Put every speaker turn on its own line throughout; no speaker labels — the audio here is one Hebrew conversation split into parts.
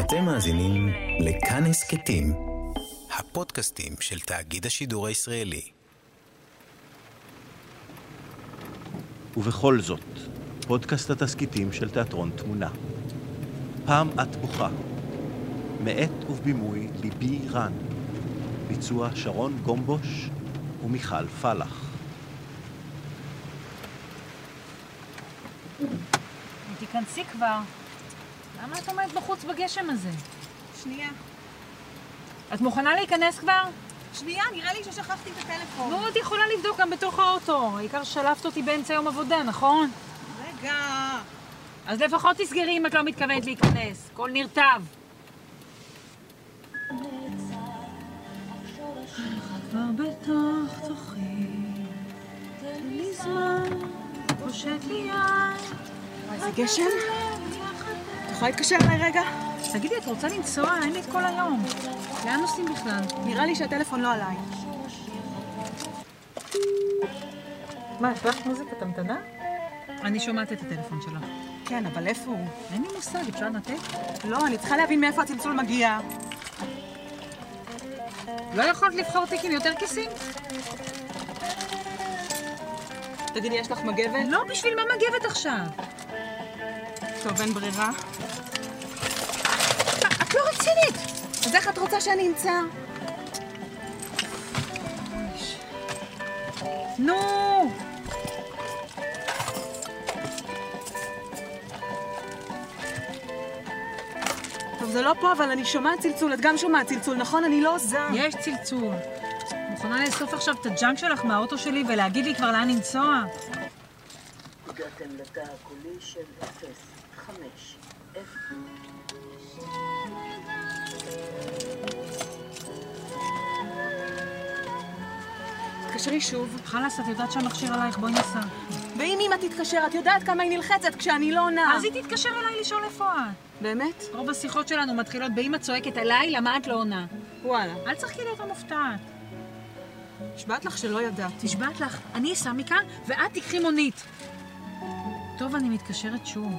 אתם מאזינים לכאן הסכתים, הפודקאסטים של תאגיד השידור הישראלי.
ובכל זאת, פודקאסט התסכיתים של תיאטרון תמונה. פעם את בוכה. מאת ובבימוי ליבי רן. ביצוע שרון גומבוש ומיכל פלח.
תיכנסי כבר. למה את עומדת בחוץ בגשם הזה?
שנייה.
את מוכנה להיכנס כבר?
שנייה, נראה לי ששכחתי את הטלפון.
נו, את יכולה לבדוק גם בתוך האוטו. העיקר ששלפת אותי באמצע יום עבודה, נכון?
רגע.
אז לפחות תסגרי אם את לא מתכוונת להיכנס. הכל נרטב. כבר בתוך תוכי, מזמן, פושט לי יד.
וואי, זה גשם? את יכולה להתקשר אליי רגע?
תגידי, את רוצה לנסוע? אין לי את כל היום. לאן נוסעים בכלל?
נראה לי שהטלפון לא עליי.
מה, יש לך מוזיקת המתנה? אני שומעת את הטלפון שלה.
כן, אבל איפה הוא?
אין לי מושג, אפשר לנתק?
לא, אני צריכה להבין מאיפה הצלצול מגיע.
לא יכולת לבחור תיק עם יותר כיסים?
תגידי, יש לך מגבת?
לא, בשביל מה מגבת עכשיו?
טוב, אין ברירה.
את לא רצינית!
אז איך את רוצה שאני אמצא?
נו!
טוב, זה לא פה, אבל אני שומעת צלצול. את גם שומעת צלצול, נכון? אני לא עוזה.
יש צלצול. מוכנה לאסוף עכשיו את הג'אנק שלך מהאוטו שלי ולהגיד לי כבר לאן לנסוע?
הגעתם לתא הקולי של 05, 0.
תתקשרי שוב.
חלאס, את יודעת שהמכשיר עלייך, בואי ניסע.
ואם אמא תתקשר, את יודעת כמה היא נלחצת כשאני לא עונה.
אז היא תתקשר אליי לשאול איפה את.
באמת?
רוב השיחות שלנו מתחילות באמא צועקת עליי, למה את לא עונה?
וואלה.
אל תשחקי להיות המופתעת.
נשבעת לך שלא ידעתי.
נשבעת לך, אני אסע מכאן ואת תיקחי מונית. טוב, אני מתקשרת שוב.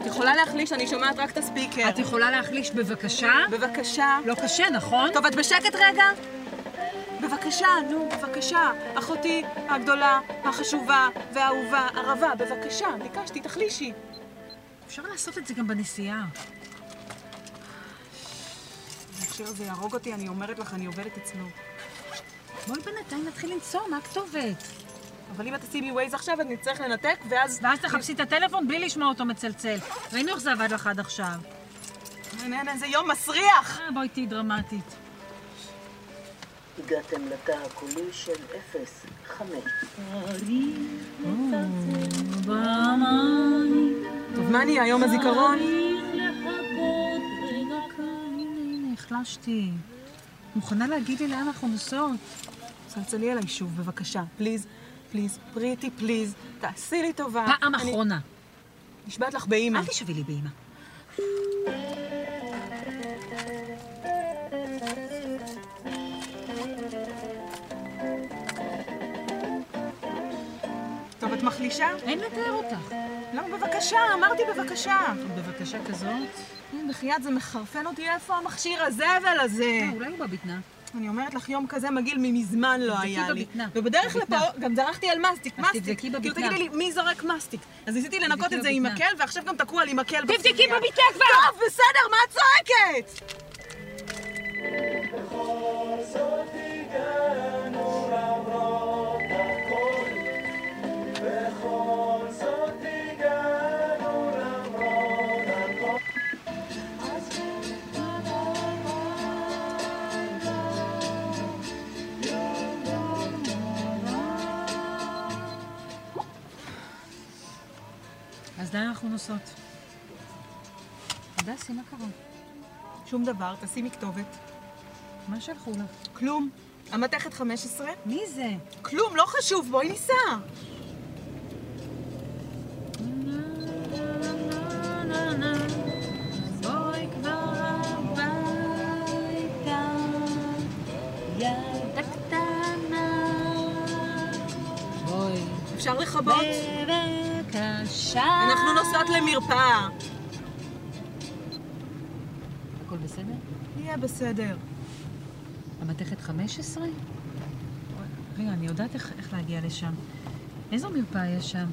את יכולה להחליש, אני שומעת רק את הספיקר.
את יכולה להחליש בבקשה?
בבקשה.
לא קשה, נכון?
טוב, את בשקט רגע? בבקשה, נו, בבקשה. אחותי הגדולה, החשובה והאהובה, ערבה, בבקשה. ביקשתי, תחלישי.
אפשר לעשות את זה גם בנסיעה.
ההקשר הזה יהרוג אותי, אני אומרת לך, אני עובדת אצלו.
בואי בינתיים נתחיל לנסוע, מה הכתובת?
אבל אם את תשימי ווייז עכשיו, אז נצטרך לנתק, ואז...
ואז תחפשי את הטלפון בלי לשמוע אותו מצלצל. ראינו איך זה עבד לך עד עכשיו.
נהנה, איזה יום מסריח!
אה, בואי תהיי דרמטית.
הגעתם לתא הקולי של 05.
טוב, מה נהיה, יום הזיכרון?
הנה, החלשתי. מוכנה להגיד לי לאן אנחנו נוסעות?
צלצלי אליי שוב, בבקשה. פליז, פליז, פריטי, פליז. תעשי לי טובה.
פעם
אה, אני-
אחרונה.
נשבעת לך באימא.
אל תשבי לי באמא.
טוב, את מחלישה?
אין לתאר אותך.
לא, בבקשה, אמרתי בבקשה.
בבקשה
אה.
כזאת.
בחייאת, זה מחרפן אותי, איפה המכשיר הזבל הזה?
אה, אולי הוא בבטנה.
אני אומרת לך, יום כזה מגעיל ממזמן לא
תבדקי
היה לי.
בבטנה.
ובדרך
בבטנה.
לפה גם דרכתי על מסטיק,
אז
מסטיק.
תבדקי
כאילו
בבטנה.
תגידי לי, מי זורק מסטיק? אז ניסיתי לנקות את זה עם
בבטנה.
מקל, ועכשיו גם תקוע לי מקל.
תבדקי
בסוגיה.
בבטנה כבר!
טוב, בסדר, מה את צועקת?
אז לאן אנחנו נוסעות? הדסי, מה קרה?
שום דבר, תשימי כתובת.
מה שלחו לך?
כלום. המתכת 15?
מי זה?
כלום, לא חשוב, בואי ניסע.
ילדה קטנה,
אפשר לכבות?
בבקשה.
אנחנו נוסעות למרפאה.
הכל בסדר?
יהיה בסדר.
המתכת 15? רגע, אני יודעת איך, איך להגיע לשם. איזו מרפאה יש שם?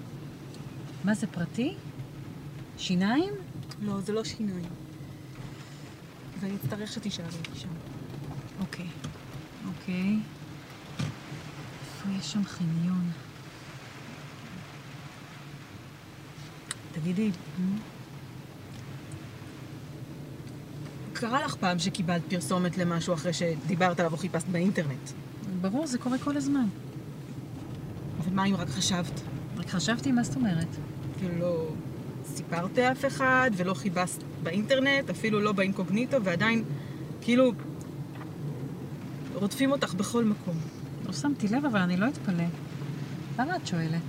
מה זה, פרטי? שיניים?
לא, זה לא שינוי. ואני אצטרך שתישארי שם.
אוקיי. אוקיי. איפה יש שם חניון? תגידי,
"Hmm?" קרה לך פעם שקיבלת פרסומת למשהו אחרי שדיברת עליו או חיפשת באינטרנט.
ברור, זה קורה כל הזמן.
אבל מה אם רק חשבת?
רק חשבתי, מה זאת אומרת?
ולא כאילו לא סיפרת לאף אחד, ולא חיפשת באינטרנט, אפילו לא באינקוגניטו, ועדיין, כאילו, רודפים אותך בכל מקום.
לא שמתי לב, אבל אני לא אתפלא. למה את שואלת?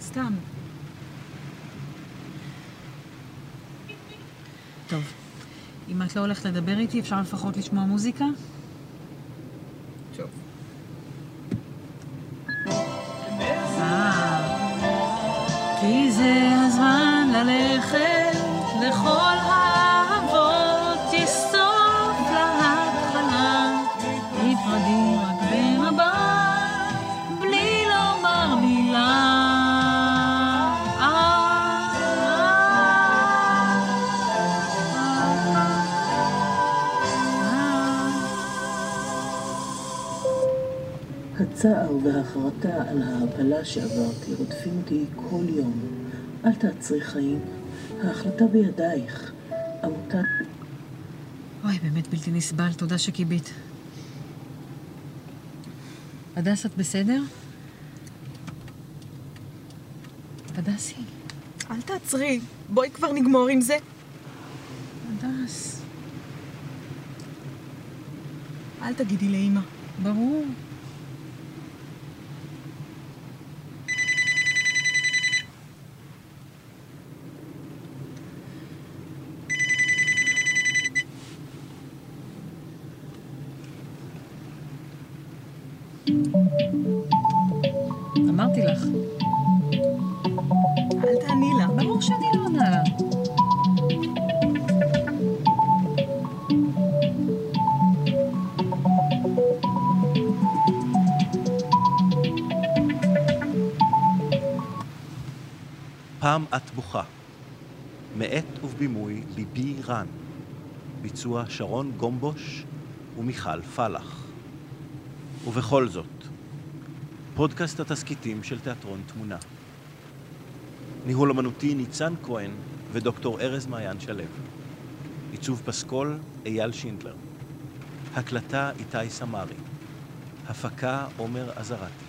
סתם.
טוב, אם את לא הולכת לדבר איתי, אפשר לפחות לשמוע מוזיקה?
טוב.
כי זה הזמן ללכת לכל האבות, תסוף להתחלה, נפרדים רק במבט, בלי לומר מילה. אה, אה, אה.
הצער והחרטה על ההעפלה שעברתי רודפים אותי כל יום. אל תעצרי חיים, ההחלטה בידייך. עמותת
אוי, באמת בלתי נסבל, תודה שכיבית. הדס, את בסדר? הדסי,
אל תעצרי, בואי כבר נגמור עם זה.
הדס,
אל תגידי לאימא.
ברור. אמרתי לך,
אל תעני לה.
ברור שאני לא עונה לה.
פעם את בוכה. מאת ובימוי ליבי רן. ביצוע שרון גומבוש ומיכל פלח. ובכל זאת, פודקאסט התסכיתים של תיאטרון תמונה. ניהול אמנותי ניצן כהן ודוקטור ארז מעיין שלו. עיצוב פסקול אייל שינדלר. הקלטה איתי סמרי. הפקה עומר עזרתי.